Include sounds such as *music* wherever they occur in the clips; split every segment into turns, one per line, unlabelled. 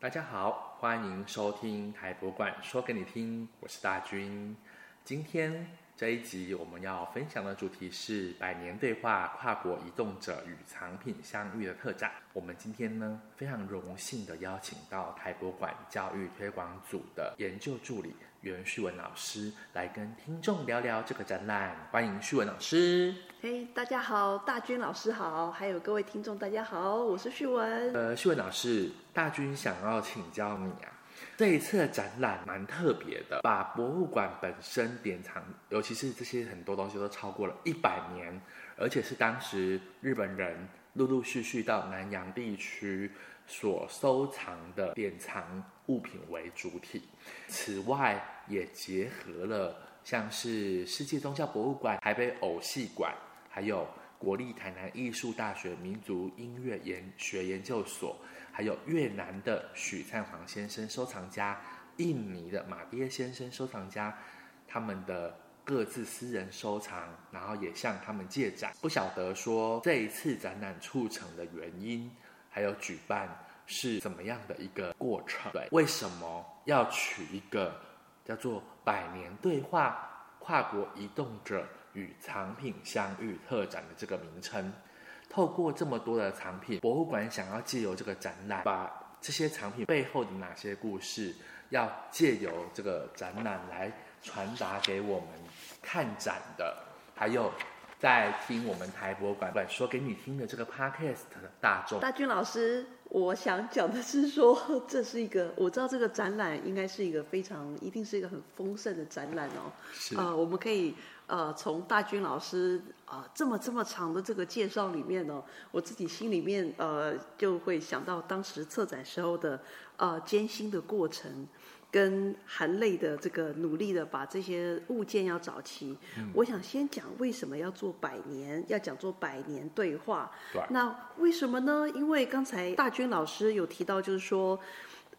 大家好，欢迎收听台博馆说给你听，我是大军。今天这一集我们要分享的主题是百年对话跨国移动者与藏品相遇的特展。我们今天呢非常荣幸的邀请到台博馆教育推广组的研究助理袁旭文老师来跟听众聊聊这个展览。欢迎旭文老师。
嘿哎大家好，大军老师好，还有各位听众，大家好，我是旭文。
呃，旭文老师，大军想要请教你啊，这一次的展览蛮特别的，把博物馆本身典藏，尤其是这些很多东西都超过了一百年，而且是当时日本人陆陆续续到南洋地区所收藏的典藏物品为主体。此外，也结合了像是世界宗教博物馆、台北偶戏馆，还有国立台南艺术大学民族音乐研学研究所，还有越南的许灿煌先生收藏家、印尼的马爹先生收藏家，他们的各自私人收藏，然后也向他们借展。不晓得说这一次展览促成的原因，还有举办是怎么样的一个过程？对，为什么要取一个叫做“百年对话：跨国移动者与藏品相遇特展”的这个名称？透过这么多的藏品，博物馆想要借由这个展览，把这些藏品背后的哪些故事，要借由这个展览来传达给我们看展的，还有在听我们台博馆馆说给你听的这个 podcast 的大众。
大军老师，我想讲的是说，这是一个我知道这个展览应该是一个非常，一定是一个很丰盛的展览哦。
是
呃，我们可以呃从大军老师啊、呃、这么这么长的这个介绍里面呢、我自己心里面呃就会想到当时策展时候的呃艰辛的过程。跟含泪的这个努力的把这些物件要找齐，我想先讲为什么要做百年，要讲做百年对话。
对
那为什么呢？因为刚才大军老师有提到，就是说，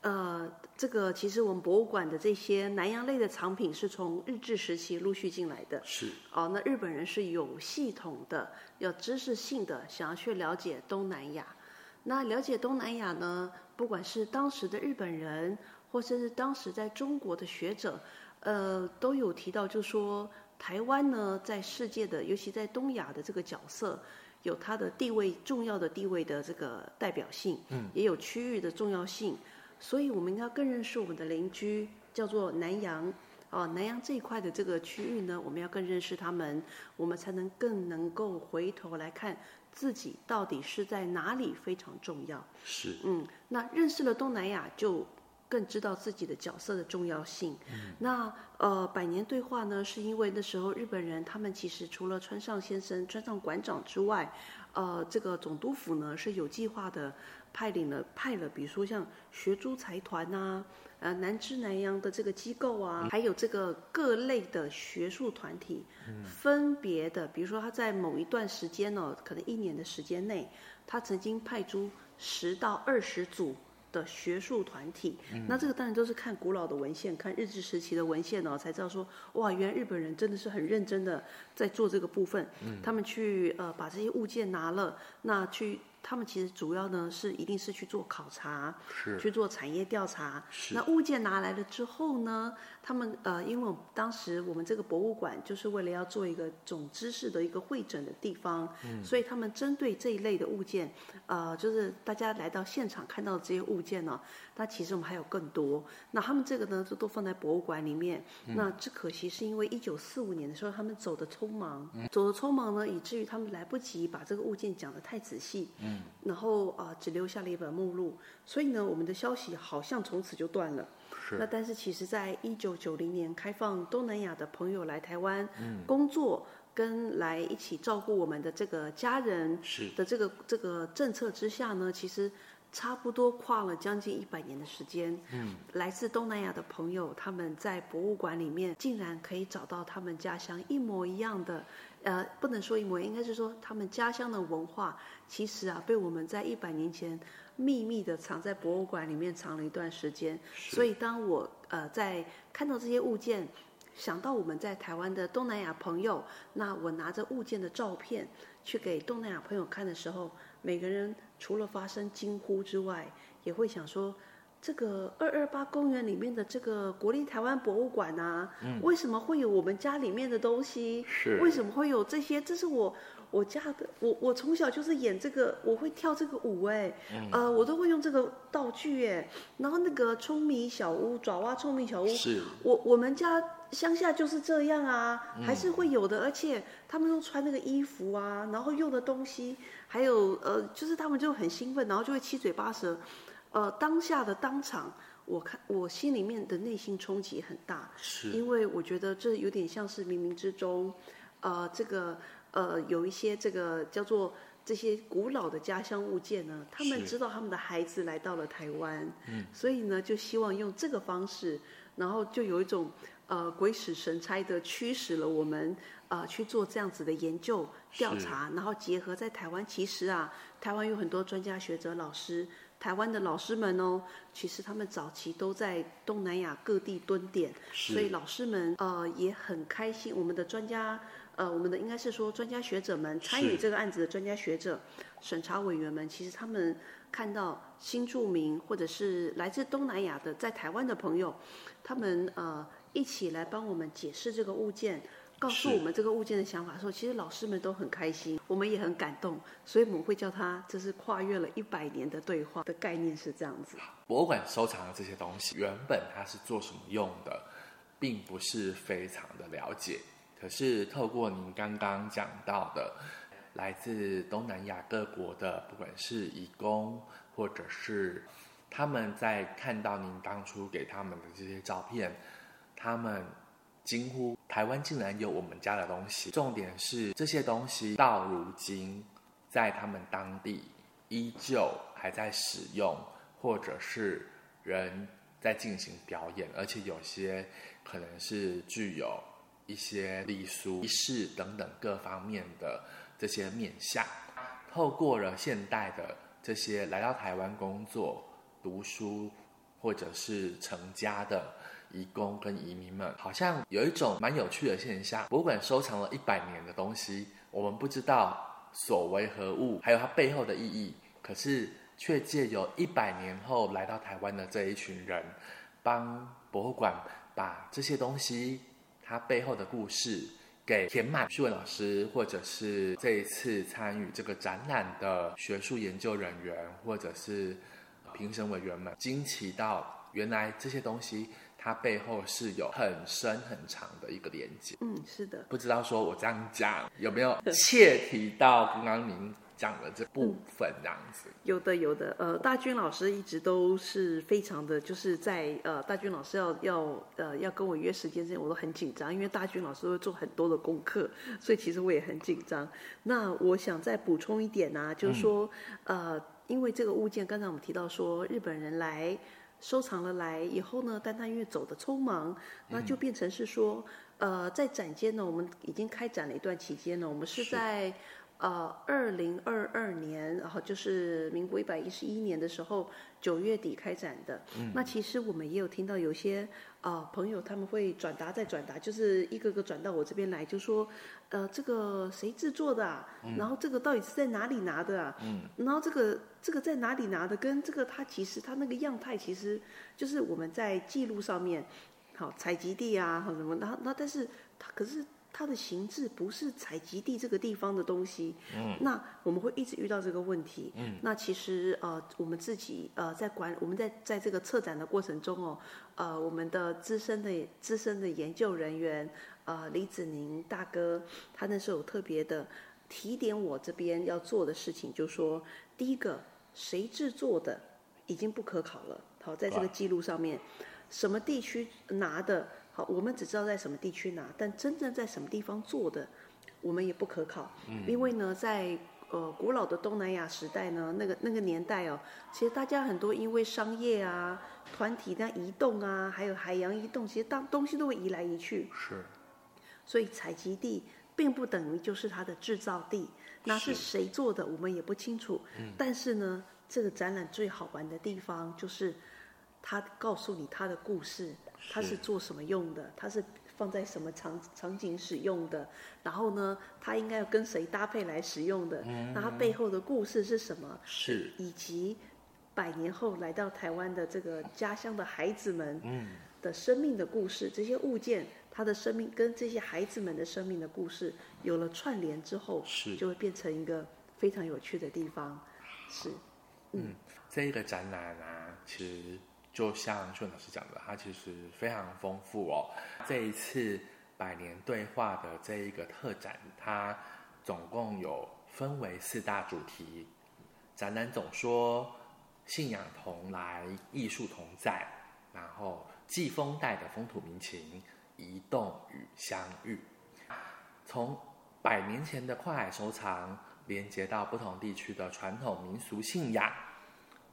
呃，这个其实我们博物馆的这些南洋类的藏品是从日治时期陆续进来的。
是
哦，那日本人是有系统的、有知识性的想要去了解东南亚。那了解东南亚呢，不管是当时的日本人，或者是当时在中国的学者，呃，都有提到，就说台湾呢，在世界的，尤其在东亚的这个角色，有它的地位重要的地位的这个代表性，嗯，也有区域的重要性，所以我们应该更认识我们的邻居，叫做南洋。哦，南洋这一块的这个区域呢，我们要更认识他们，我们才能更能够回头来看自己到底是在哪里非常重要。
是
嗯，那认识了东南亚，就更知道自己的角色的重要性。那呃，百年对话呢，是因为那时候日本人他们其实除了川上先生、川上馆长之外，呃，这个总督府呢是有计划的派领了派了，比如说像学珠财团呐、呃南支南洋的这个机构啊，还有这个各类的学术团体，分别的，比如说他在某一段时间呢、可能一年的时间内，他曾经派出十到二十组的学术团体。
嗯
那这个当然都是看古老的文献，看日治时期的文献哦，才知道说，哇，原来日本人真的是很认真的在做这个部分。
嗯
他们去呃把这些物件拿了，那去。他们其实主要呢是一定是去做考察，
是
去做产业调查。
是
那物件拿来了之后呢，他们呃，因为我们当时我们这个博物馆就是为了要做一个总知识的一个会诊的地方，所以他们针对这一类的物件，呃，就是大家来到现场看到的这些物件呢、那其实我们还有更多。那他们这个呢，就都放在博物馆里面。那只可惜是因为一九四五年的时候，他们走的匆忙，走的匆忙呢，以至于他们来不及把这个物件讲得太仔细。
嗯
然后啊、呃只留下了一本目录，所以呢，我们的消息好像从此就断了。
是
那但是其实，在一九九零年开放东南亚的朋友来台湾、
嗯
工作，跟来一起照顾我们的这个家人
是
的这个这个政策之下呢，其实差不多跨了将近一百年的时间。嗯，来自东南亚的朋友，他们在博物馆里面竟然可以找到他们家乡一模一样的，呃，不能说一模一样，应该是说他们家乡的文化，其实啊，被我们在一百年前秘密的藏在博物馆里面藏了一段时间。所以当我呃在看到这些物件。想到我们在台湾的东南亚朋友，那我拿着物件的照片去给东南亚朋友看的时候，每个人除了发生惊呼之外，也会想说，这个二二八公园里面的这个国立台湾博物馆啊，为什么会有我们家里面的东西？
是
为什么会有这些？这是我我家的，我我从小就是演这个，我会跳这个舞哎、呃，我都会用这个道具哎、然后那个聪明小屋爪哇聪明小屋，
是
我我们家乡下就是这样啊，还是会有的，而且他们都穿那个衣服啊，然后用的东西，还有呃，就是他们就很兴奋，然后就会七嘴八舌，呃，当下的当场，我看我心里面的内心冲击很大，
是
因为我觉得这有点像是冥冥之中，呃，这个呃有一些这个叫做这些古老的家乡物件呢，他们
是嗯
知道他们的孩子来到了台湾，所以呢就希望用这个方式，然后就有一种呃鬼使神差的驱使了我们呃去做这样子的研究调查，然后结合在台湾，其实啊，台湾有很多专家学者老师。台湾的老师们哦，其实他们早期都在东南亚各地蹲点，所以
是
老师们呃也很开心，我们的专家呃，我们的应该是说专家学者们参与
是
这个案子的专家学者、审查委员们，其实他们看到新住民或者是来自东南亚的在台湾的朋友，他们呃一起来帮我们解释这个物件。告诉
是
我们这个物件的想法的时候，其实老师们都很开心，我们也很感动，所以我们会叫它这是跨越了一百年的对话的概念是这样子。
博物馆收藏的这些东西，原本它是做什么用的，并不是非常的了解。可是透过您刚刚讲到的，来自东南亚各国的，不管是义工或者是他们在看到您当初给他们的这些照片，他们惊呼：“台湾竟然有我们家的东西！”重点是这些东西到如今，在他们当地依旧还在使用，或者是人在进行表演，而且有些可能是具有一些礼俗、仪式等等各方面的这些面向。透过了现代的这些来到台湾工作、读书或者是成家的移工跟移民们，好像有一种蛮有趣的现象：博物馆收藏了一百年的东西，我们不知道所为何物，还有它背后的意义，可是却借由一百年后来到台湾的这一群人，帮博物馆把这些东西它背后的故事给填满。旭文老师，或者是这一次参与这个展览的学术研究人员，或者是评审委员们，惊奇到原来这些东西它背后是有很深很长的一个连接。
嗯，是的。
不知道说我这样讲有没有切题到刚刚您讲的这部分这样子？
有的，有的。呃，大军老师一直都是非常的，就是在呃，大军老师要要呃要跟我约时间之前，我都很紧张，因为大军老师会做很多的功课，所以其实我也很紧张。那我想再补充一点呢、就是说，呃，因为这个物件，刚才我们提到说，日本人来收藏了来以后呢，单单因为走的匆忙，那就变成是说，呃，在展间呢，我们已经开展了一段期间呢，我们是
是
在呃二零二二年，然后就是民国一百一十一年的时候九月底开展的。那其实我们也有听到有些呃朋友他们会转达再转达，就是一个个转到我这边来，就说呃这个谁制作的、啊，然后这个到底是在哪里拿的啊？嗯，然后这个这个在哪里拿的，跟这个它其实它那个样态其实就是我们在记录上面。好采集地啊，好什么？那那但是它可是它的形制不是采集地这个地方的东西，嗯，那我们会一直遇到这个问题，嗯，那其实呃我们自己呃在管我们在在这个策展的过程中哦，呃我们的资深的资深的研究人员呃李子宁大哥，他那时候有特别的提点我这边要做的事情，就说第一个谁制作的已经不可考了，好在这个记录上面。什么地区拿的，好，我们只知道在什么地区拿，但真正在什么地方做的，我们也不可考。因为呢，在呃古老的东南亚时代呢，那个那个年代哦，其实大家很多因为商业啊、团体那移动啊，还有海洋移动，其实当东西都会移来移去。
是
所以采集地并不等于就是它的制造地，那是
是
嗯谁做的我们也不清楚。但是呢，这个展览最好玩的地方就是它告诉你它的故事，它是做什么用的，它是放在什么场场景使用的，然后呢，它应该要跟嗯谁搭配来使用的，那它背后的故事是什么？
是
以及百年后来到台湾的这个家乡的孩子们
嗯，
的生命的故事，这些物件它的生命跟这些孩子们的生命的故事有了串联之后，
是
就会变成一个非常有趣的地方。是，
这一个展览啊，其实就像秀文老师讲的，它其实非常丰富哦。这一次百年对话的这一个特展，它总共有分为四大主题，展览总说信仰同来，艺术同在，然后季风带的风土民情，移动与相遇，从百年前的跨海收藏，连接到不同地区的传统民俗信仰。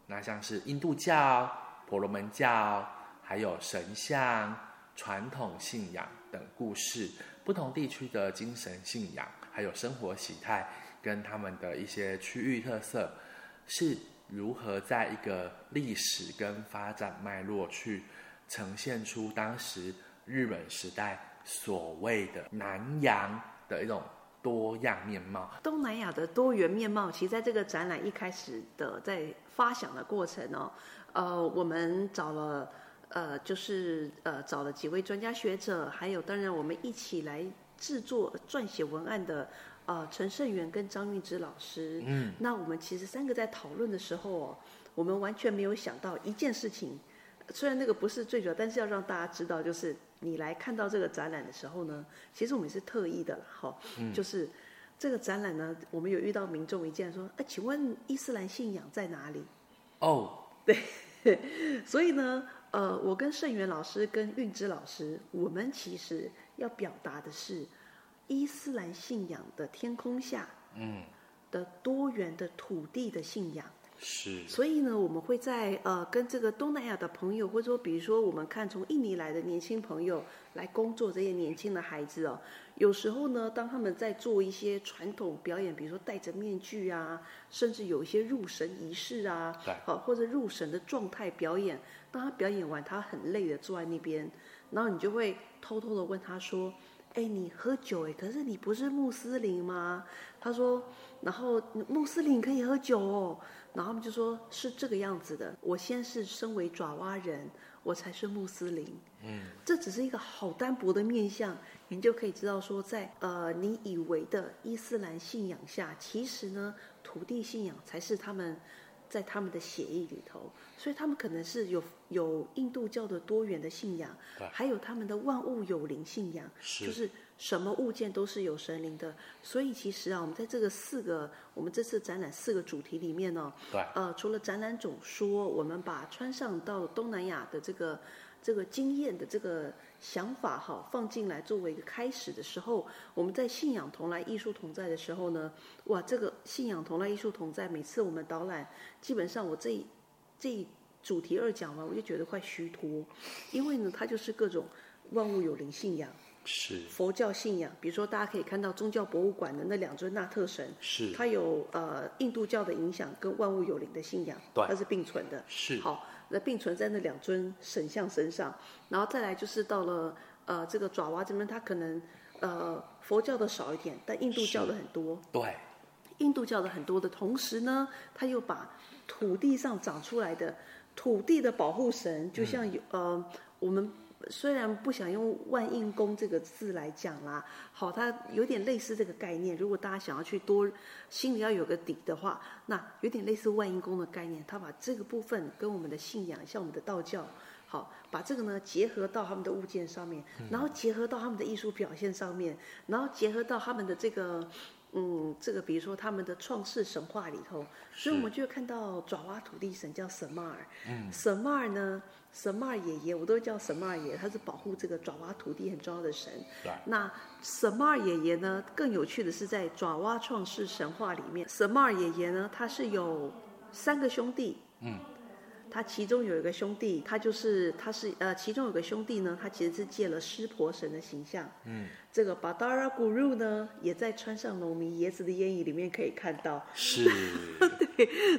那像是印度教、婆罗门教，还有神像、传统信仰等故事，不同地区的精神信仰，还有生活习态跟他们的一些区域特色，是如何在一个历史跟发展脉络去呈现出当时日本时代所谓的南洋的一种多样面貌。
东南亚的多元面貌，其实在这个展览一开始的在发想的过程哦，呃，我们找了呃，就是呃找了几位专家学者，还有当然我们一起来制作撰写文案的呃陈胜元跟张运之老师。
嗯，
那我们其实三个在讨论的时候哦，我们完全没有想到一件事情，虽然那个不是最主要，但是要让大家知道，就是你来看到这个展览的时候呢，其实我们是特意的啦，哈、就是这个展览呢，我们有遇到民众一件说，哎，请问伊斯兰信仰在哪里？ *laughs*
哦，
所以呢，呃，我跟盛元老师跟运之老师，我们其实要表达的是伊斯兰信仰的天空下
嗯，
的多元的土地的信仰。
是，
所以呢，我们会在呃跟这个东南亚的朋友，或者说比如说我们看从印尼来的年轻朋友来工作，这些年轻的孩子哦，有时候呢，当他们在做一些传统表演，比如说戴着面具啊，甚至有一些入神仪式啊，
对
好、或者入神的状态表演，当他表演完，他很累的坐在那边，然后你就会偷偷的问他说。哎，你喝酒哎，可是你不是穆斯林吗？他说，然后穆斯林可以喝酒哦，然后他们就说是这个样子的。我先是身为爪哇人，我才是穆斯林。
嗯，
这只是一个好单薄的面相，你就可以知道说在，呃你以为的伊斯兰信仰下，其实呢土地信仰才是他们在他们的血液里头，所以他们可能是有有印度教的多元的信仰
对，
还有他们的万物有灵信仰，
是
就是什么物件都是有神灵的。所以其实啊，我们在这个四个我们这次展览四个主题里面呢、
对，
呃，除了展览总说，我们把川上到东南亚的这个这个经验的这个想法哈放进来作为一个开始的时候，我们在信仰同来、艺术同在的时候呢，哇，这个信仰同来、艺术同在，每次我们导览，基本上我这一这一主题二讲完，我就觉得快虚脱，因为呢，它就是各种万物有灵信仰、
是，
佛教信仰，比如说大家可以看到宗教博物馆的那两尊纳特神，
是，
它有呃印度教的影响跟万物有灵的信仰，
对
它是并存的。
是，
好，那并存在那两尊神像身上，然后再来就是到了呃这个爪哇这边，它可能呃佛教的少一点，但印度教的很多。
对，
印度教的很多的同时呢，它又把土地上长出来的土地的保护神，就像有、呃，我们虽然不想用万应宫这个字来讲啦，好，它有点类似这个概念。如果大家想要去多心里要有个底的话，那有点类似万应宫的概念，它把这个部分跟我们的信仰，像我们的道教。好，把这个呢结合到他们的物件上面，然后结合到他们的艺术表现上面，然后结合到他们的这个嗯，这个比如说他们的创世神话里头，所以我们就会看到爪哇土地神叫神马尔，嗯，神马尔呢，神马尔爷爷，我都叫神马尔爷，他是保护这个爪哇土地很重要的神。
对
那神马尔爷爷呢，更有趣的是在爪哇创世神话里面，神马尔爷爷呢，他是有三个兄弟，他其中有一个兄弟，他就是他是呃，其中有个兄弟呢，他其实是借了湿婆神的形象。嗯，这个 Badara Guru 呢，也在穿上农民椰子的烟雨里面可以看到。 *laughs*
是，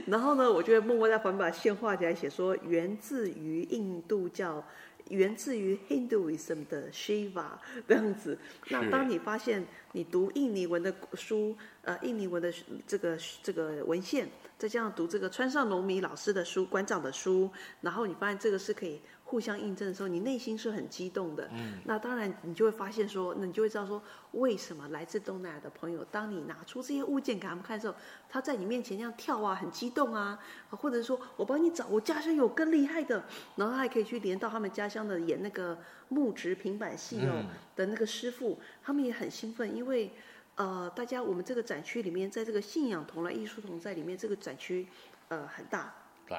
然后呢，我就会默默在环把线画起来，写说源自于印度教源自于 Hinduism 的 Shiva *laughs* 这样子。那
是
当你发现你读印尼文的书，呃，印尼文的这个这个文献，再加上读这个川上隆弥老师的书、馆长的书，然后你发现这个是可以互相印证的时候，你内心是很激动的。嗯，那当然你就会发现说，那你就会知道说，为什么来自东南亚的朋友，当你拿出这些物件给他们看的时候，他在你面前那样跳啊，很激动啊，或者说我帮你找，我家乡有更厉害的，然后他还可以去连到他们家乡的演那个木质平板戏哦的那个师傅，他们也很兴奋，因为。呃，大家，我们这个展区里面，在这个信仰同来艺术同在里面，这个展区呃很大，
对，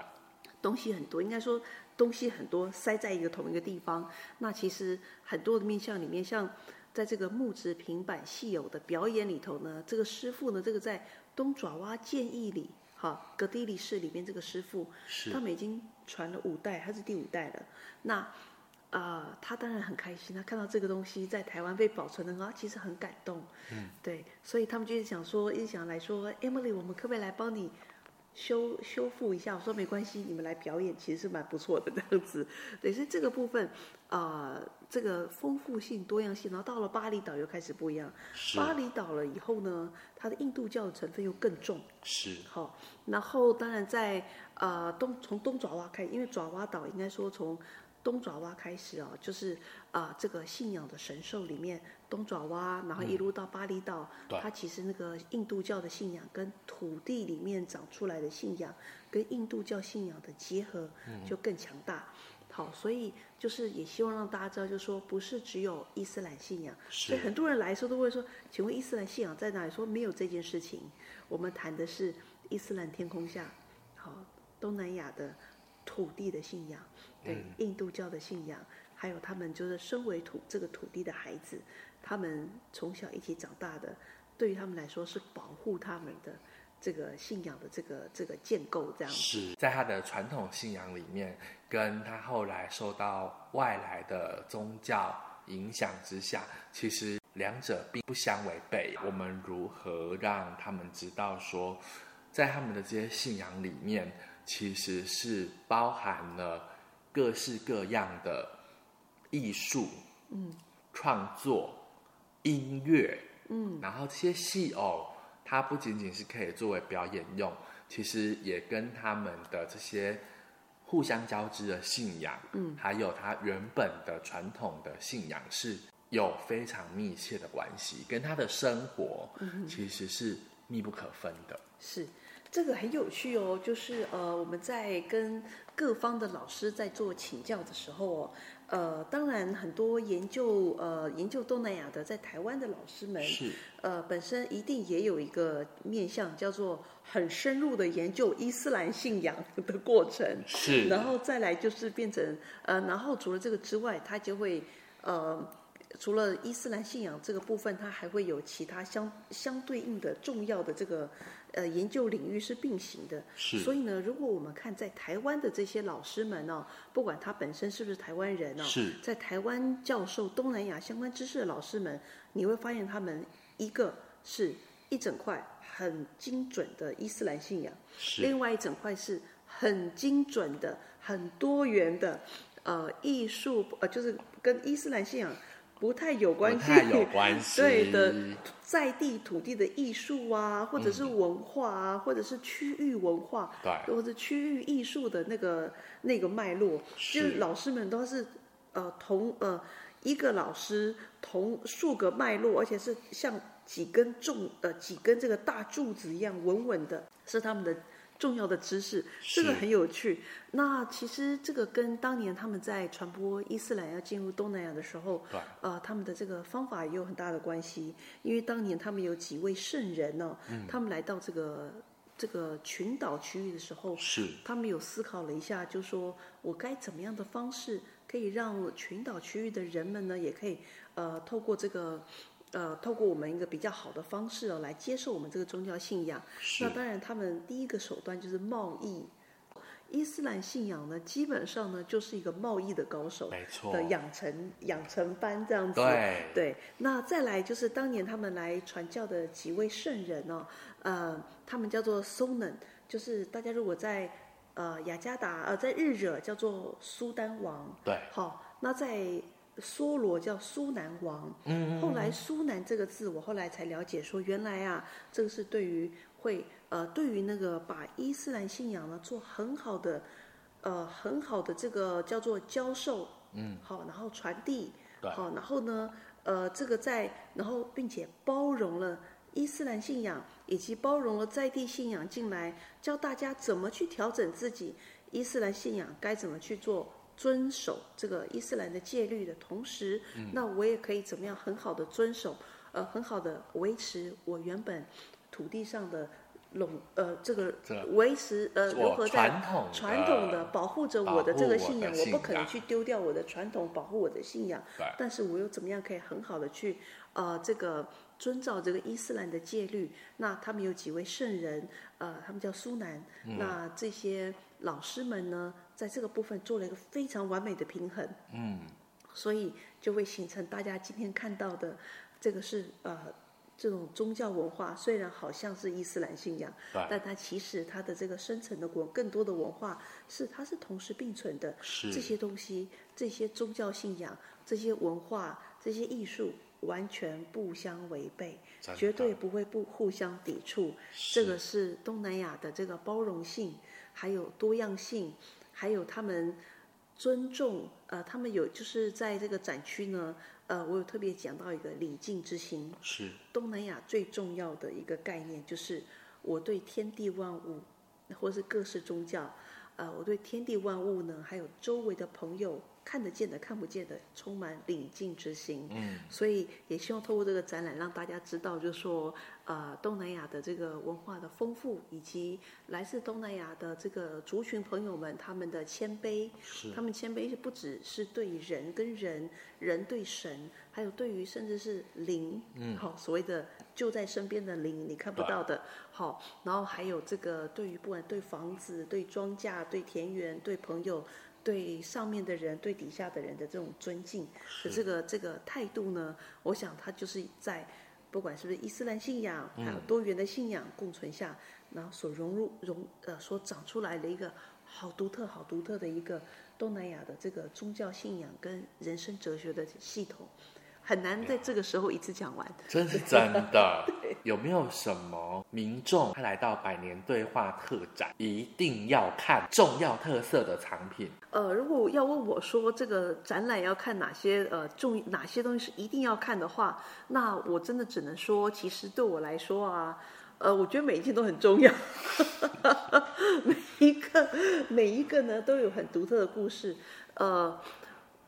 东西很多，应该说东西很多塞在一个同一个地方。那其实很多的面向里面，像在这个木质平板戏偶的表演里头呢，这个师傅呢，这个在东爪哇建议里，哈格迪里市里面这个师傅，
是
他们已经传了五代，他是第五代了。那啊、呃他当然很开心，他看到这个东西在台湾被保存的很好，他其实很感动。嗯，对，所以他们就是想说，一直想来说，Emily，我们可哎不可以来帮你修修复一下？我说没关系，你们来表演其实是蛮不错的这样子。 *laughs* 对，所以这个部分啊、呃这个丰富性、多样性，然后到了巴厘岛又开始不一样。
是
巴厘岛了以后呢，它的印度教的成分又更重。
是
好、然后当然在呃东从东爪哇开，因为爪哇岛应该说从东爪哇开始啊，就是啊、这个信仰的神兽里面，东爪哇，然后一路到巴厘岛，
嗯对
它其实那个印度教的信仰跟土地里面长出来的信仰，跟印度教信仰的结合
嗯
就更强大。好，所以就是也希望让大家知道，就是说不是只有伊斯兰信仰，所以
是
很多人来说都会说，请问伊斯兰信仰在哪里？说没有这件事情，我们谈的是伊斯兰天空下，好，东南亚的土地的信仰，对、印度教的信仰，还有他们就是身为土这个土地的孩子，他们从小一起长大的，对于他们来说是保护他们的这个信仰的这个这个建构这样子。
是，在他的传统信仰里面，跟他后来受到外来的宗教影响之下，其实两者并不相违背。我们如何让他们知道说，在他们的这些信仰里面，其实是包含了各式各样的艺术、嗯，创作、音乐，嗯，然后这些戏偶，它不仅仅是可以作为表演用，其实也跟他们的这些互相交织的信仰，嗯，还有它原本的传统的信仰是有非常密切的关系，跟他的生活其实是密不可分的。
是，这个很有趣哦，就是呃，我们在跟各方的老师在做请教的时候哦，呃，当然很多研究呃研究东南亚的在台湾的老师们，
是
呃，本身一定也有一个面向叫做很深入的研究伊斯兰信仰的过程。
是
*laughs* 然后再来就是变成呃，然后除了这个之外，它就会呃，除了伊斯兰信仰这个部分，它还会有其他相相对应的重要的这个呃研究领域是并行的。
是
所以呢，如果我们看在台湾的这些老师们哦，不管他本身是不是台湾人哦，
是
在台湾教授东南亚相关知识的老师们，你会发现他们一个是一整块很精准的伊斯兰信仰。
是
另外一整块是很精准的、很多元的，呃，艺术呃，就是跟伊斯兰信仰不太有
不
关系，
太有关系，嗯
*laughs* 对的，在地土地的艺术啊，或者是文化啊，或者是区域文化，
对
或者区域艺术的那个那个脉络，
是
就是老师们都是呃同呃一个老师同数个脉络，而且是像几根重呃几根这个大柱子一样稳稳的，是他们的重要的知识，
是
这个很有趣。那其实这个跟当年他们在传播伊斯兰要进入东南亚的时候
对，
呃，他们的这个方法也有很大的关系，因为当年他们有几位圣人呢、
嗯
他们来到这个这个群岛区域的时候，
是
他们有思考了一下，就说我该怎么样的方式可以让我群岛区域的人们呢，也可以呃透过这个呃透过我们一个比较好的方式哦来接受我们这个宗教信仰。
是
那当然，他们第一个手段就是贸易。伊斯兰信仰呢，基本上呢就是一个贸易的高手
没错
的养成养成班这样子。
对
对，那再来就是当年他们来传教的几位圣人哦，呃，他们叫做 Sonan，就是大家如果在呃雅加达呃在日惹叫做苏丹王，
对
好、那在梭罗叫苏南王，嗯，后来苏南这个字，我后来才了解说，原来啊，这个是对于会呃，对于那个把伊斯兰信仰呢做很好的，呃，很好的这个叫做教授，嗯，好，然后传递，
对
好，然后呢，呃，这个在然后并且包容了。伊斯兰信仰以及包容了在地信仰进来，教大家怎么去调整自己伊斯兰信仰该怎么去做，遵守这个伊斯兰的戒律的同时，
嗯
那我也可以怎么样很好的遵守，呃，很好的维持我原本土地上的垄呃这个
这
维持呃如
我
何在
传统
传统的保护着我的这个信仰，
保护我的信
我不
仰
可能去丢掉我的传统，保护我的信仰
对。
但是我又怎么样可以很好的去呃这个遵照这个伊斯兰的戒律？那他们有几位圣人，呃，他们叫苏南。那这些老师们呢，在这个部分做了一个非常完美的平衡。嗯，所以就会形成大家今天看到的这个是呃。这种宗教文化虽然好像是伊斯兰信仰，
对
但它其实它的这个深层的文，更多的文化是它是同时并存的。
是
这些东西、这些宗教信仰、这些文化、这些艺术，完全不相违背，
真的
绝对不会不互相抵触。这个是东南亚的这个包容性，还有多样性，还有他们尊重。呃，他们有就是在这个展区呢，呃，我有特别讲到一个礼敬之心。
是
东南亚最重要的一个概念就是我对天地万物，或是各式宗教，呃，我对天地万物呢，还有周围的朋友看得见的、看不见的，充满礼敬之心。嗯，所以也希望透过这个展览，让大家知道，就是说，呃，东南亚的这个文化的丰富，以及来自东南亚的这个族群朋友们他们的谦卑，他们谦卑是不只是对人跟人，人对神，还有对于甚至是灵，嗯，好、所谓的就在身边的灵，你看不到的，好、然后还有这个对于不管对房子、对庄稼、对田园、对朋友、对上面的人、对底下的人的这种尊敬的这个这个态度呢，我想它就是在。不管是不是伊斯兰信仰，还有多元的信仰共存下，然后所融入融呃所长出来的一个好独特、好独特的一个东南亚的这个宗教信仰跟人生哲学的系统，很难在这个时候一次讲完。
真是真的。有没有什么民众他来到百年对话特展，一定要看重要特色的藏品？
呃，如果要问我说这个展览要看哪些呃重哪些东西是一定要看的话，那我真的只能说，其实对我来说啊，呃，我觉得每一件都很重要， *laughs* 每一个每一个呢都有很独特的故事。呃，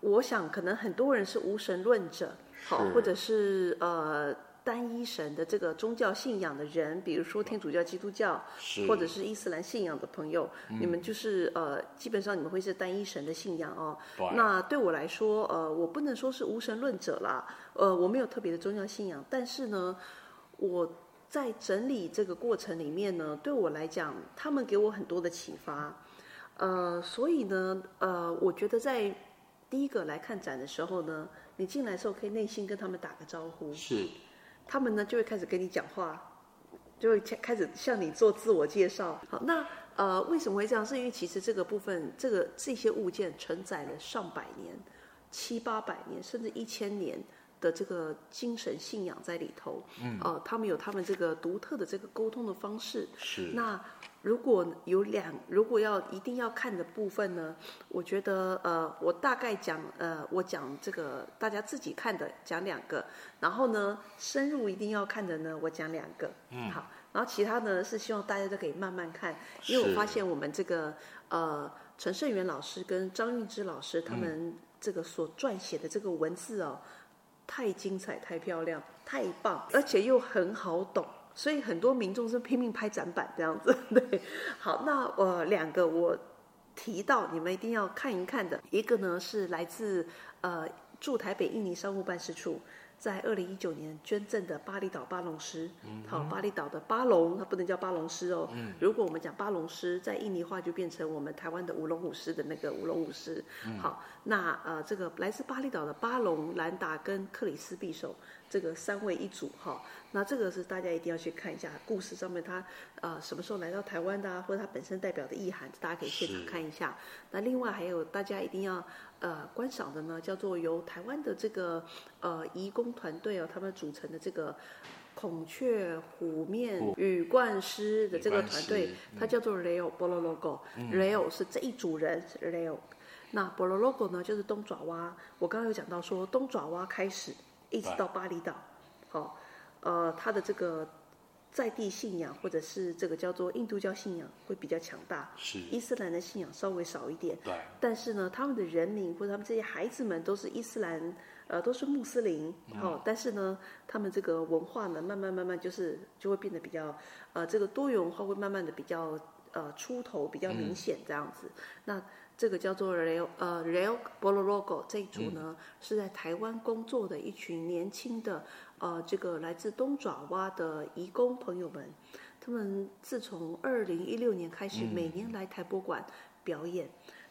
我想可能很多人是无神论者，好
是，
或者是呃单一神的这个宗教信仰的人，比如说天主教、基督教，
是嗯
或者是伊斯兰信仰的朋友，你们就是呃，基本上你们会是单一神的信仰哦。
对
那对我来说，呃，我不能说是无神论者啦，呃，我没有特别的宗教信仰，但是呢，我在整理这个过程里面呢，对我来讲，他们给我很多的启发，呃，所以呢，呃，我觉得在第一个来看展的时候呢，你进来的时候可以内心跟他们打个招呼，
是
他们呢就会开始跟你讲话，就会开始向你做自我介绍。好，那呃为什么会这样？是因为其实这个部分，这个这些物件承载了上百年、七八百年，甚至一千年。的这个精神信仰在里头，嗯，呃，他们有他们这个独特的这个沟通的方式，
是
那如果有两，如果要一定要看的部分呢，我觉得呃，我大概讲呃，我讲这个大家自己看的讲两个，然后呢，深入一定要看的呢，我讲两个，嗯，好，然后其他呢是希望大家都可以慢慢看，因为
是
我发现我们这个呃陈胜元老师跟张运之老师他们这个所撰写的这个文字哦，太精彩、太漂亮、太棒，而且又很好懂，所以很多民众是拼命拍展板这样子。 *laughs* 对，好，那呃两个我提到你们一定要看一看的，一个呢是来自呃驻台北印尼商务办事处。在二零一九年捐赠的巴厘岛巴龙狮，好，巴厘岛的巴龙，它不能叫巴龙狮哦。如果我们讲巴龙狮，在印尼话就变成我们台湾的舞龙舞狮的那个舞龙舞狮。好，那呃，这个来自巴厘岛的巴龙、兰达跟克里斯匕首，这个三位一组哈。那这个是大家一定要去看一下故事上面他呃什么时候来到台湾的啊，或者他本身代表的意涵，大家可以现场
是
看一下。那另外还有大家一定要呃观赏的呢，叫做由台湾的这个呃移工团队哦，他们组成的这个。孔雀虎面羽冠狮的这个团
羽
队
冠狮，嗯
它叫做 Leo Bolologo。Leo 是这一组人是，Leo。那 Bolologo 呢，就是东爪哇。我刚刚有讲到说，东爪哇开始一直到巴厘岛，好、呃，它的这个在地信仰或者是这个叫做印度教信仰会比较强大，
是，
伊斯兰的信仰稍微少一点。
对，
但是呢，他们的人民或者他们这些孩子们都是伊斯兰，呃，都是穆斯林，哦，但是呢，他们这个文化呢，慢慢慢慢就是就会变得比较，呃，这个多元文化会慢慢的比较，呃，出头比较明显这样子。那这个叫做 Rail 呃 Rail Bolorogo 这一组呢，是在台湾工作的一群年轻的呃，这个来自东爪哇的移工朋友们，他们自从二零一六年开始，每年来台博馆表演。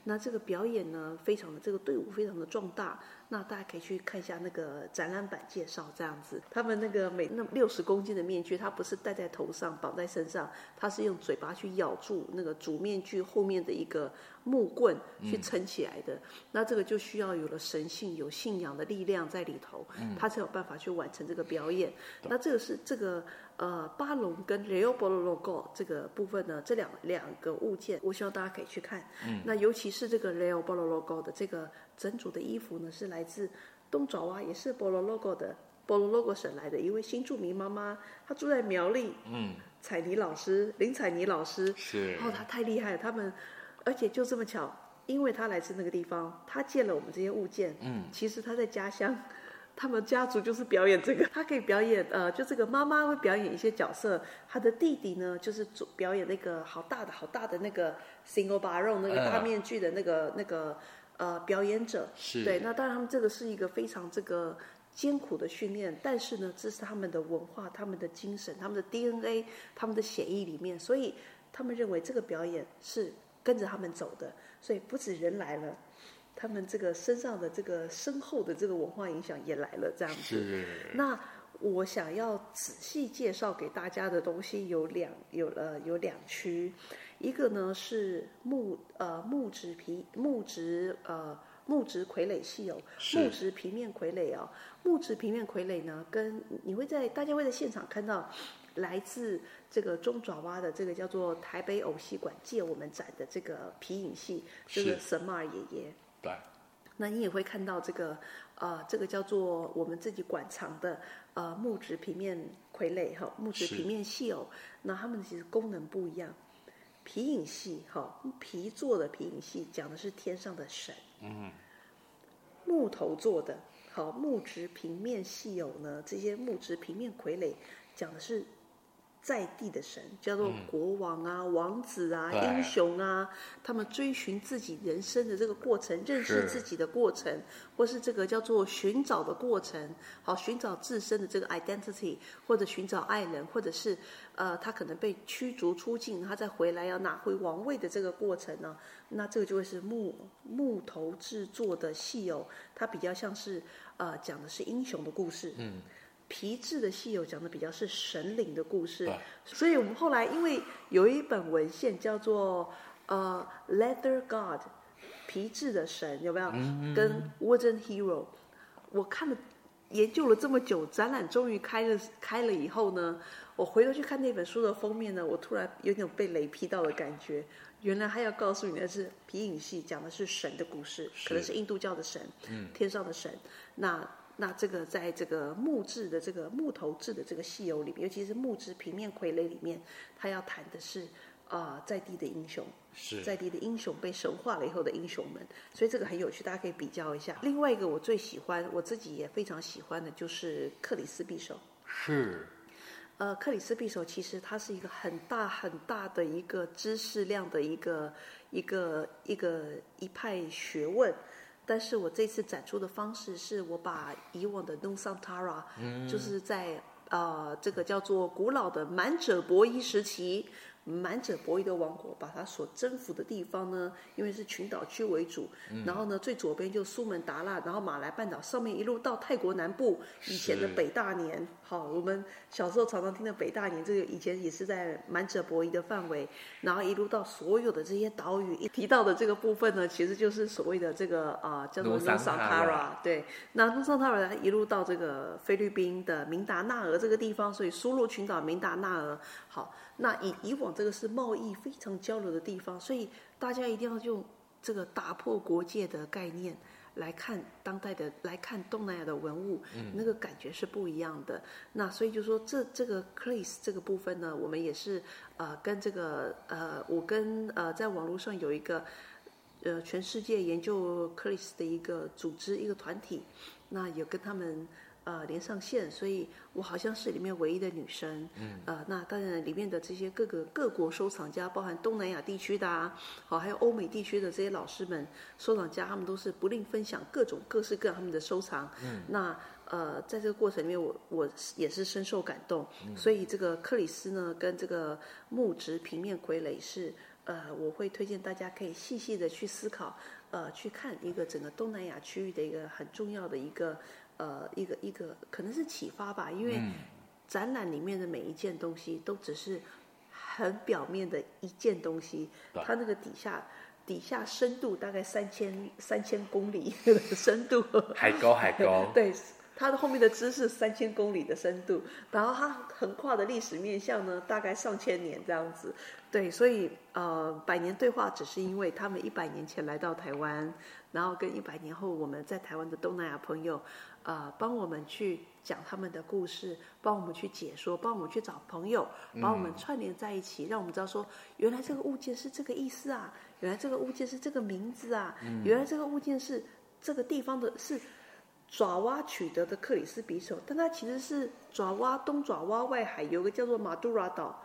那这个表演呢，非常的这个队伍非常的壮大，那大家可以去看一下那个展览版介绍这样子。他们那个每那六十公斤的面具，它不是戴在头上绑在身上，它是用嘴巴去咬住那个主面具后面的一个木棍去撑起来的。那这个就需要有了神性、有信仰的力量在里头，他才有办法去完成这个表演。那这个是这个呃巴龙跟 Leo b o l o g o 这个部分呢，这两两个物件，我希望大家可以去看。那尤其是这个 Leo b o l o g o 的这个整组的衣服呢，是来自东爪哇，也是 b o l o g o 的 b o l o g o 省来的一位新住民妈妈，她住在苗栗，
嗯，
彩妮老师林彩妮老师，
是
哦，他太厉害了，他们，而且就这么巧，因为他来自那个地方，他借了我们这些物件，嗯，其实他在家乡。 *laughs* 他们家族就是表演这个，他可以表演， *laughs* 呃，就这个妈妈会表演一些角色，他的弟弟呢就是做表演那个好大的好大的那个 single baron 那个大
嗯
面具的那个、那个呃表演者，
是
对，那当然他们这个是一个非常这个艰苦的训练，但是呢，这是他们的文化、他们的精神、他们的 DNA、他们的血液里面，所以他们认为这个表演是跟着他们走的，所以不止人来了。他们这个身上的这个深厚的这个文化影响也来了，这样子。
是，
那我想要仔细介绍给大家的东西有两有呃有两区，一个呢是木呃木质皮木质呃木质傀儡系哦，
是
木质平面傀儡哦，木质平面傀儡呢，跟你会在大家会在现场看到。来自这个中爪哇的这个叫做台北偶戏馆借我们展的这个皮影戏，就是
是
神马尔爷爷。
对，
那你也会看到这个，呃，这个叫做我们自己馆藏的呃木质平面傀儡哈，木质
是
平面戏偶，那它们其实功能不一样。皮影戏哈，皮做的皮影戏讲的是天上的神，嗯，木头做的，好木质平面戏偶呢，这些木质平面傀儡讲的是在地的神，叫做国王啊、王子啊、
嗯对
英雄啊，他们追寻自己人生的这个过程，认识
是
自己的过程，或是这个叫做寻找的过程，好，寻找自身的这个 identity，或者寻找爱人，或者是呃，他可能被驱逐出境，他再回来要拿回王位的这个过程呢，那这个就会是木木头制作的戏偶，它比较像是呃讲的是英雄的故事，嗯。皮质的戏友讲的比较是神灵的故事
对，
所以我们后来因为有一本文献叫做呃《Leather God》，皮质的神有没有？跟《Wooden Hero》，我看了研究了这么久，展览终于开了开了以后呢，我回头去看那本书的封面呢，我突然有点被雷劈到的感觉。原来他要告诉你的是皮影戏讲的是神的故事，可能是印度教的神，天上的神。那那这个在这个木质的这个木头制的这个戏偶里面，尤其是木质平面傀儡里面，他要谈的是啊、呃在地的英雄。
是，
在地的英雄被神化了以后的英雄们，所以这个很有趣，大家可以比较一下。另外一个我最喜欢，我自己也非常喜欢的就是克里斯匕首。
是，
呃，克里斯匕首其实它是一个很大很大的一个知识量的一个一个一个一派学问。但是我这次展出的方式是我把以往的 Nusantara，、就是在呃这个叫做古老的满者伯夷时期，满者博弈的王国把它所征服的地方呢，因为是群岛区为主，然后呢最左边就苏门答腊，然后马来半岛上面一路到泰国南部以前的
是
北大年。好，我们小时候常常听的北大年，这个以前也是在满者博弈的范围，然后一路到所有的这些岛屿，一提到的这个部分呢，其实就是所谓的这个啊、呃叫做
Nusantara
n 桑塔拉，对，那诺桑塔拉一路到这个菲律宾的明达纳尔这个地方，所以苏禄群岛、明达纳尔，好，那以以往这个是贸易非常交流的地方，所以大家一定要用这个打破国界的概念来看当代的，来看东南亚的文物，那个感觉是不一样的。那所以就说这这个 Clays 这个部分呢，我们也是呃跟这个呃，我跟呃在网络上有一个呃全世界研究 Clays 的一个组织一个团体，那有跟他们。呃，连上线，所以我好像是里面唯一的女生。嗯，呃，那当然里面的这些各个各国收藏家，包含东南亚地区的啊，好，还有欧美地区的这些老师们、收藏家，他们都是不吝分享各种各式各样他们的收藏。嗯，那呃，在这个过程里面我，我也是深受感动。所以这个克里斯呢，跟这个木质平面傀儡是呃，我会推荐大家可以细细的去思考，呃，去看一个整个东南亚区域的一个很重要的一个呃一个一个可能是启发吧，因为展览里面的每一件东西都只是很表面的一件东西，它那个底下。底下深度大概三千三千公里的深度，，
海沟海沟
*laughs* 对，它的后面的知识三千公里的深度，然后它横跨的历史面向呢，大概上千年这样子。对，所以呃，百年对话只是因为他们一百年前来到台湾，然后跟一百年后我们在台湾的东南亚朋友，呃，帮我们去讲他们的故事，帮我们去解说，帮我们去找朋友，把我们串联在一起，让我们知道说，原来这个物件是这个意思啊，原来这个物件是这个名字啊，原来这个物件是这个地方的是爪哇取得的克里斯匕首，但它其实是爪哇东爪哇外海有个叫做马杜拉岛，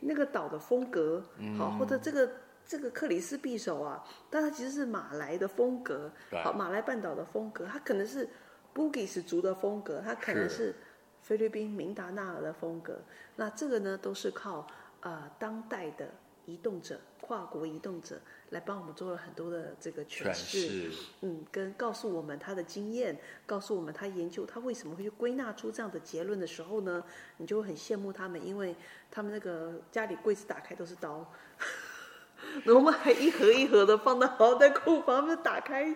那个岛的风格，好，或者这个这个克里斯匕首啊，但它其实是马来的风格，
对
好，马来半岛的风格，它可能是 Bugis 族的风格，它可能
是
是菲律宾明达纳尔的风格，那这个呢都是靠呃当代的移动者、跨国移动者来帮我们做了很多的这个诠
全是
释。嗯，跟告诉我们他的经验，告诉我们他研究他为什么会去归纳出这样的结论的时候呢，你就会很羡慕他们，因为他们那个家里柜子打开都是刀， *laughs* 我们还一盒一盒的放到在库房，就打开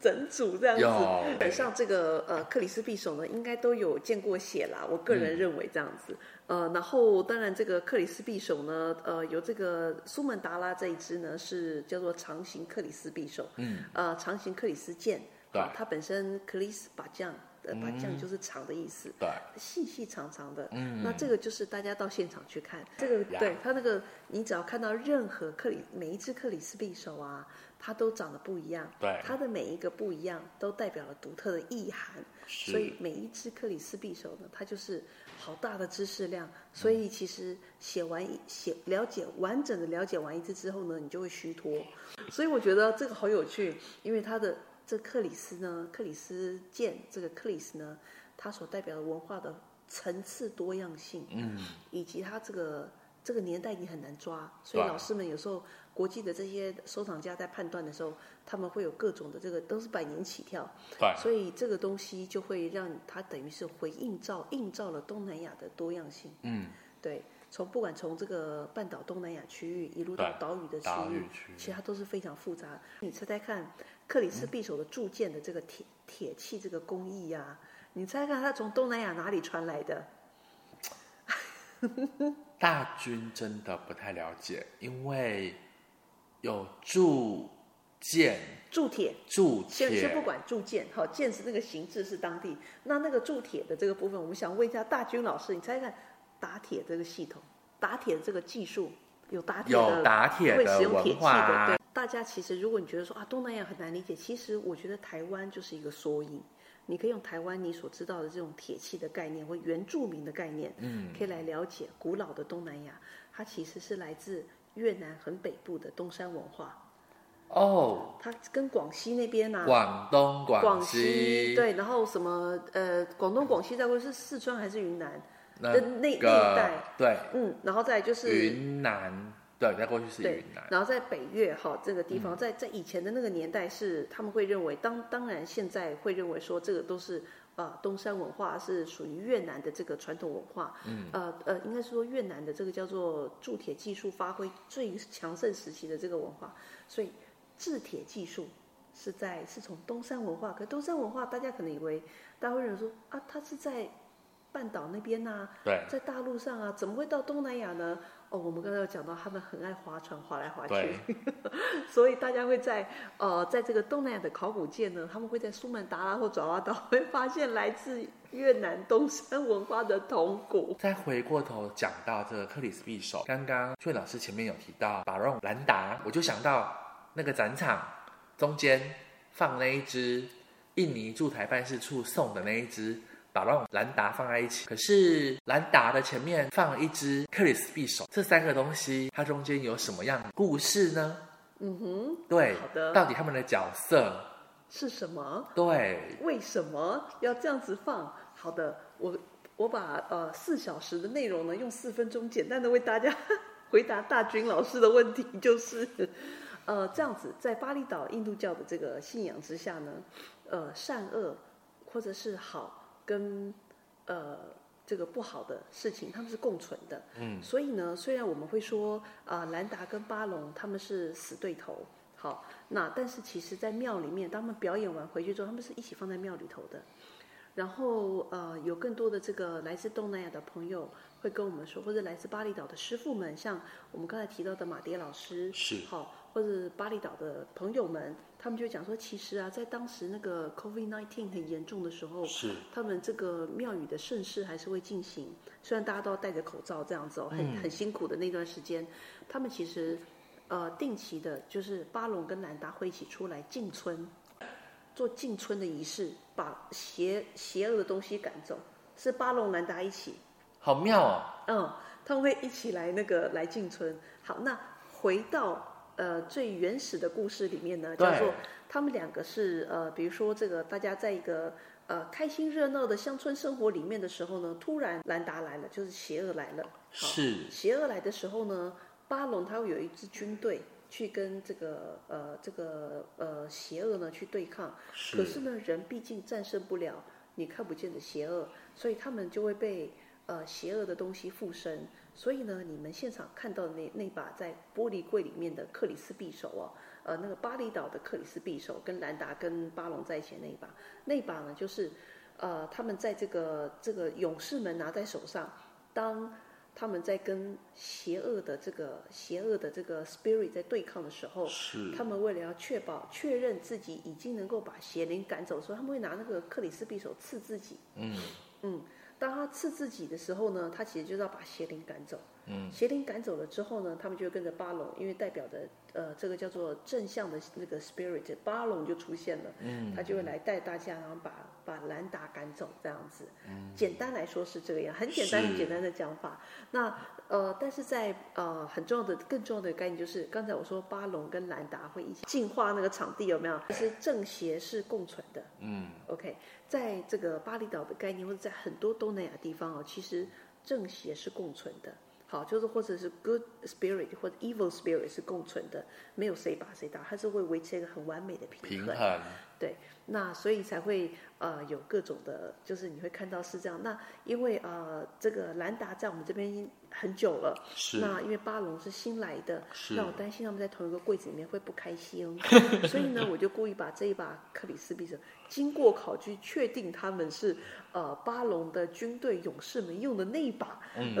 整组这样
有
子。本上这个呃克里斯匕首呢，应该都有见过血啦，我个人认为这样子。呃，然后当然这个克里斯匕首呢，呃，有这个苏门答腊这一支呢是叫做长形克里斯匕首，嗯，呃，长形克里斯剑，啊
对
好它本身克里斯把将，呃，把将就是长的意思，
对，
细细长长的，嗯，那这个就是大家到现场去看，这个
呀
对它那个，你只要看到任何克里每一只克里斯匕首啊，它都长得不一样，
对
它的每一个不一样都代表了独特的意涵，
是
所以每一只克里斯匕首呢，它就是好大的知识量，所以其实写完一写了解完整的了解完一次之后呢，你就会虚脱，所以我觉得这个好有趣，因为它的这克里斯呢，克里斯剑这个克里斯呢，它所代表的文化的层次多样性，嗯，以及它这个这个年代你很难抓，所以
对
老师们有时候国际的这些收藏家在判断的时候，他们会有各种的这个都是百年起跳，
对，
所以这个东西就会让它等于是回映照映照了东南亚的多样性，
嗯，
对，从不管从这个半岛东南亚区域一路到
对
岛屿的区
岛
域
屿，区
其实它都是非常复杂的。你猜猜看，克里斯匕首的铸剑的这个铁铁器这个工艺呀、你猜猜看它从东南亚哪里传来的？
大军真的不太了解，因为有铸剑、
铸铁，
铸
先先不
铁，
管铸剑，好，剑是那个形制是当地，那那个铸铁的这个部分，我们想问一下大军老师，你猜猜看打铁这个系统，打铁这个技术有打铁的
有打铁
会
的
使用铁
文
器
化啊
的，对。大家其实，如果你觉得说啊，东南亚很难理解，其实我觉得台湾就是一个缩影。你可以用台湾你所知道的这种铁器的概念或原住民的概念，嗯，可以来了解古老的东南亚，它其实是来自越南很北部的东山文化，
哦，
它跟广西那边啊，
广东、
广
西，
对，然后什么呃，广东、广西再过去是四川还是云南？
那
的那那一带
个对
嗯，然后再就是
云南，对，再过去是
对
云南，，嗯
然后在北越哈这个地方，在在以前的那个年代是他们会认为，当当然现在会认为说这个都是呃东山文化是属于越南的这个传统文化，嗯，呃呃，应该是说越南的这个叫做铸铁技术发挥最强盛时期的这个文化，所以制铁技术。是在是从东山文化，可东山文化大家可能以为，大家会认为说啊，它是在半岛那边呐、
对
在大陆上啊，怎么会到东南亚呢？哦，我们刚才有讲到他们很爱划船，划来划去，
对，
*laughs* 所以大家会在呃，在这个东南亚的考古界呢，他们会在苏门答腊或爪哇岛会发现来自越南东山文化的铜鼓。
再回过头讲到这个克里斯匕首，刚刚翠老师前面有提到巴隆兰达，我就想到那个展场中间放那一只印尼驻台办事处送的那一只巴隆兰达放在一起，可是兰达的前面放了一只克里斯匕首，这三个东西它中间有什么样的故事呢？
嗯哼，
对
好，的
到底他们的角色？
是什么？
对，
为什么要这样子放？好的，我我把呃四小时的内容呢，用四分钟简单的为大家回答大军老师的问题，就是呃这样子，在巴厘岛印度教的这个信仰之下呢，呃善恶或者是好跟呃这个不好的事情，他们是共存的。
嗯，
所以呢，虽然我们会说啊、兰达跟巴隆他们是死对头，好，那但是其实，在庙里面，当他们表演完回去之后，他们是一起放在庙里头的。然后呃，有更多的这个来自东南亚的朋友会跟我们说，或者来自巴厘岛的师傅们，像我们刚才提到的马迭老师，
是
好，或者巴厘岛的朋友们，他们就讲说，其实啊，在当时那个 COVID-19 很严重的时候，
是
他们这个庙宇的盛事还是会进行，虽然大家都要戴着口罩这样子哦，
嗯
很很辛苦的那段时间，他们其实呃定期的，就是巴龙跟兰达会一起出来进村，做进村的仪式，把邪邪恶的东西赶走，是巴龙兰达一起，
好妙哦，
嗯，他们会一起来那个来进村。好，那回到呃最原始的故事里面呢，
对
叫做他们两个是呃，比如说这个大家在一个呃开心热闹的乡村生活里面的时候呢，突然兰达来了，就是邪恶来了。好，
是
邪恶来的时候呢，巴隆他会有一支军队去跟这个呃这个呃邪恶呢去对抗。可是呢，人毕竟战胜不了你看不见的邪恶，所以他们就会被呃邪恶的东西附身。所以呢，你们现场看到的那那把在玻璃柜里面的克里斯匕首哦，呃，那个巴厘岛的克里斯匕首跟兰达跟巴隆在一起的那一把，那一把呢就是呃他们在这个这个勇士们拿在手上，当。他们在跟邪恶的这个邪恶的这个 spirit 在对抗的时候，
是
他们为了要确保确认自己已经能够把邪灵赶走的时候，他们会拿那个克里斯匕首刺自己。
嗯
嗯，当他刺自己的时候呢，他其实就是要把邪灵赶走。
嗯，
邪灵赶走了之后呢，他们就会跟着巴龙，因为代表着呃这个叫做正向的那个 spirit，巴龙就出现了。
嗯，
他就会来带大家，然后把把兰达赶走，这样子。简单来说是这个样，很简单、
嗯是
很简单的讲法。那呃，但是在呃很重要的、更重要的概念就是，刚才我说巴龙跟兰达会一起净化那个场地，有没有？其实正邪是共存的。
嗯
OK，在这个巴厘岛的概念，或者在很多东南亚地方哦，其实正邪是共存的。好，就是或者是 good spirit 或者 evil spirit 是共存的，没有谁把谁打，它是会维持一个很完美的
平衡
对，那所以才会呃有各种的，就是你会看到是这样。那因为呃这个兰达在我们这边很久了，
是
那因为巴龙是新来的，
是
那我担心他们在同一个柜子里面会不
*laughs*
开心，所以呢我就故意把这一把克里斯匕首经过考据确定他们是呃巴龙的军队勇士们用的那一把，
嗯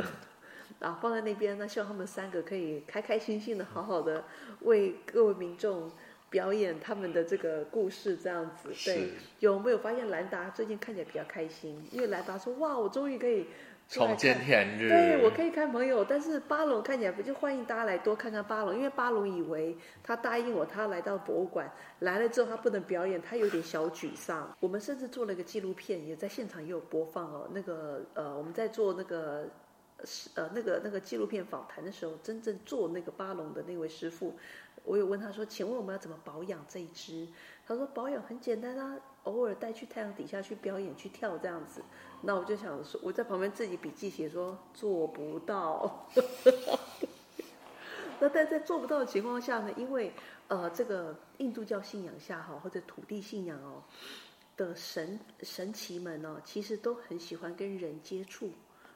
啊，放在那边，那希望他们三个可以开开心心的、好好的为各位民众表演他们的这个故事，这样子。对
是，
有没有发现兰达最近看起来比较开心？因为兰达说：“哇，我终于可以出来
重见
看
天日，
对，我可以看朋友，但是巴龙看起来不就欢迎大家来多看看巴龙，因为巴龙以为他答应我，他来到博物馆来了之后他不能表演，他有点小沮丧。我们甚至做了一个纪录片，也在现场也有播放哦。那个呃，我们在做那个是呃那个那个纪录片访谈的时候，真正做那个巴龙的那位师傅，我有问他说：“请问我们要怎么保养这一只？”他说：“保养很简单啊，偶尔带去太阳底下去表演去跳这样子。”那我就想说，我在旁边自己笔记写说做不到。 *laughs* 那但在做不到的情况下呢，因为呃这个印度教信仰下哈，或者土地信仰哦的神神奇们呢、其实都很喜欢跟人接触，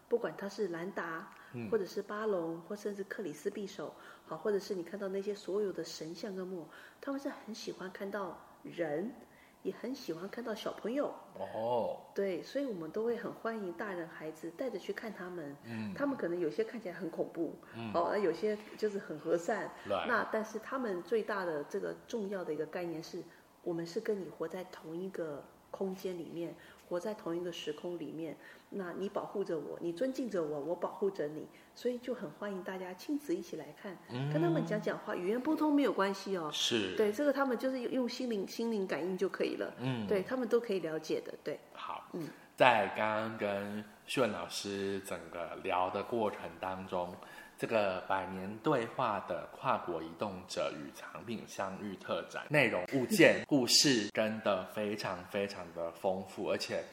不管他是兰达，或者是巴隆，或甚至克里斯匕首，好，或者是你看到那些所有的神像跟墓，他们是很喜欢看到人，也很喜欢看到小朋友。
哦，
对，所以我们都会很欢迎大人孩子带着去看他们。嗯，他们可能有些看起来很恐怖，嗯、哦，有些就是很和善。
对
那但是他们最大的这个重要的一个概念是，我们是跟你活在同一个空间里面，活在同一个时空里面。那你保护着我，你尊敬着我，我保护着你，所以就很欢迎大家亲子一起来看，跟他们讲讲话，语言不通没有关系哦。
嗯是，
对，这个他们就是用心灵心灵感应就可以了。
嗯，
对他们都可以了解的，对。
好，
嗯
在刚刚跟炫老师整个聊的过程当中，这个百年对话的跨国移动者与产品相遇特展，内容、物
*laughs*
件、故事真的非常非常的丰富，而且。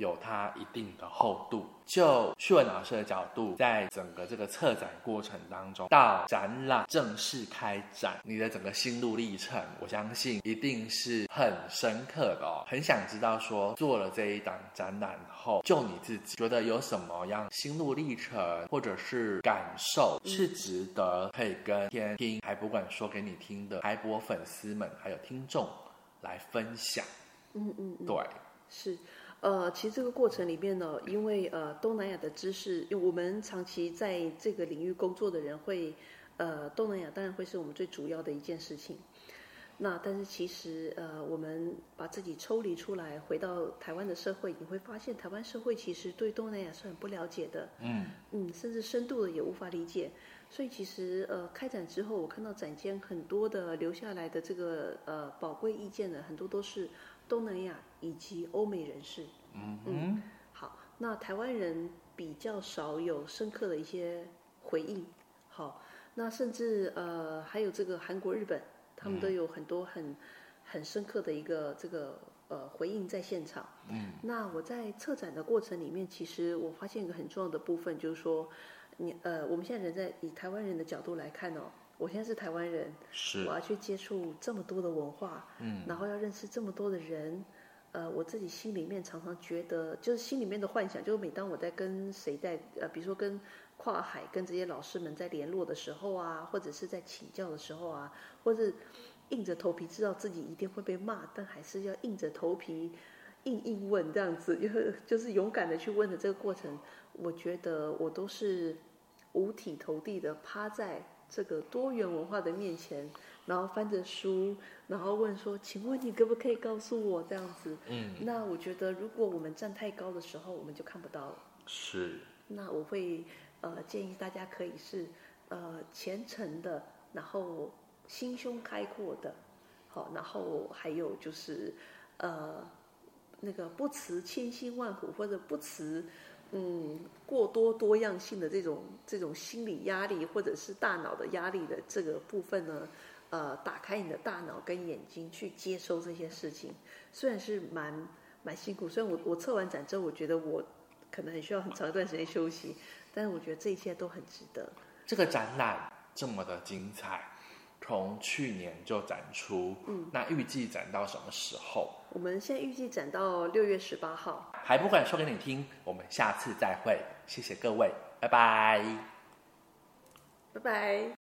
有它一定的厚度。就旭文老师的角度，在整个这个策展过程当中，到展览正式开展，你的整个心路历程，我相信一定是很深刻的哦。很想知道说，做了这一档展览后，就你自己觉得有什么样心路历程或者是感受，是值得可以跟天听，还不管说给你听的海博粉丝们还有听众来分享。
嗯嗯嗯，
对，
是。呃，其实这个过程里面呢，因为呃东南亚的知识，因为我们长期在这个领域工作的人会，呃东南亚当然会是我们最主要的一件事情。那但是其实呃，我们把自己抽离出来，回到台湾的社会，你会发现台湾社会其实对东南亚是很不了解的。
嗯，
嗯，甚至深度的也无法理解。所以其实呃，开展之后，我看到展间很多的留下来的这个呃宝贵意见呢，很多都是东南亚以及欧美人士。
嗯哼，
好，那台湾人比较少有深刻的一些回应。好，那甚至呃，还有这个韩国、日本，他们都有很多很、很深刻的一个这个呃回应在现场。嗯，那我在策展的过程里面，其实我发现一个很重要的部分，就是说，你呃，我们现在人在以台湾人的角度来看哦，我现在是台湾人，
是
我要去接触这么多的文化，嗯，然后要认识这么多的人，呃，我自己心里面常常觉得，就是心里面的幻想，就是每当我在跟谁在呃，比如说跟跨海跟这些老师们在联络的时候啊，或者是在请教的时候啊，或者硬着头皮知道自己一定会被骂，但还是要硬着头皮硬硬问这样子， *laughs* 就是就是勇敢的去问的这个过程，我觉得我都是五体投地的趴在这个多元文化的面前，然后翻着书，然后问说：“请问你可不可以告诉我这样子？”
嗯，
那我觉得如果我们站太高的时候，我们就看不到了。
是，
那我会呃建议大家可以是呃虔诚的，然后心胸开阔的，好，然后还有就是呃那个不辞千辛万苦或者不辞嗯过多多样性的这种这种心理压力或者是大脑的压力的这个部分呢。呃，打开你的大脑跟眼睛去接收这些事情，虽然是蛮蛮辛苦。虽然我我测完展之后，我觉得我可能很需要很长一段时间休息，但是我觉得这一切都很值得。
这个展览这么的精彩，从去年就展出，嗯，那预计展到什么时候？
我们现在预计展到六月十八号，
还不敢说给你听，我们下次再会，谢谢各位，拜拜。
拜拜。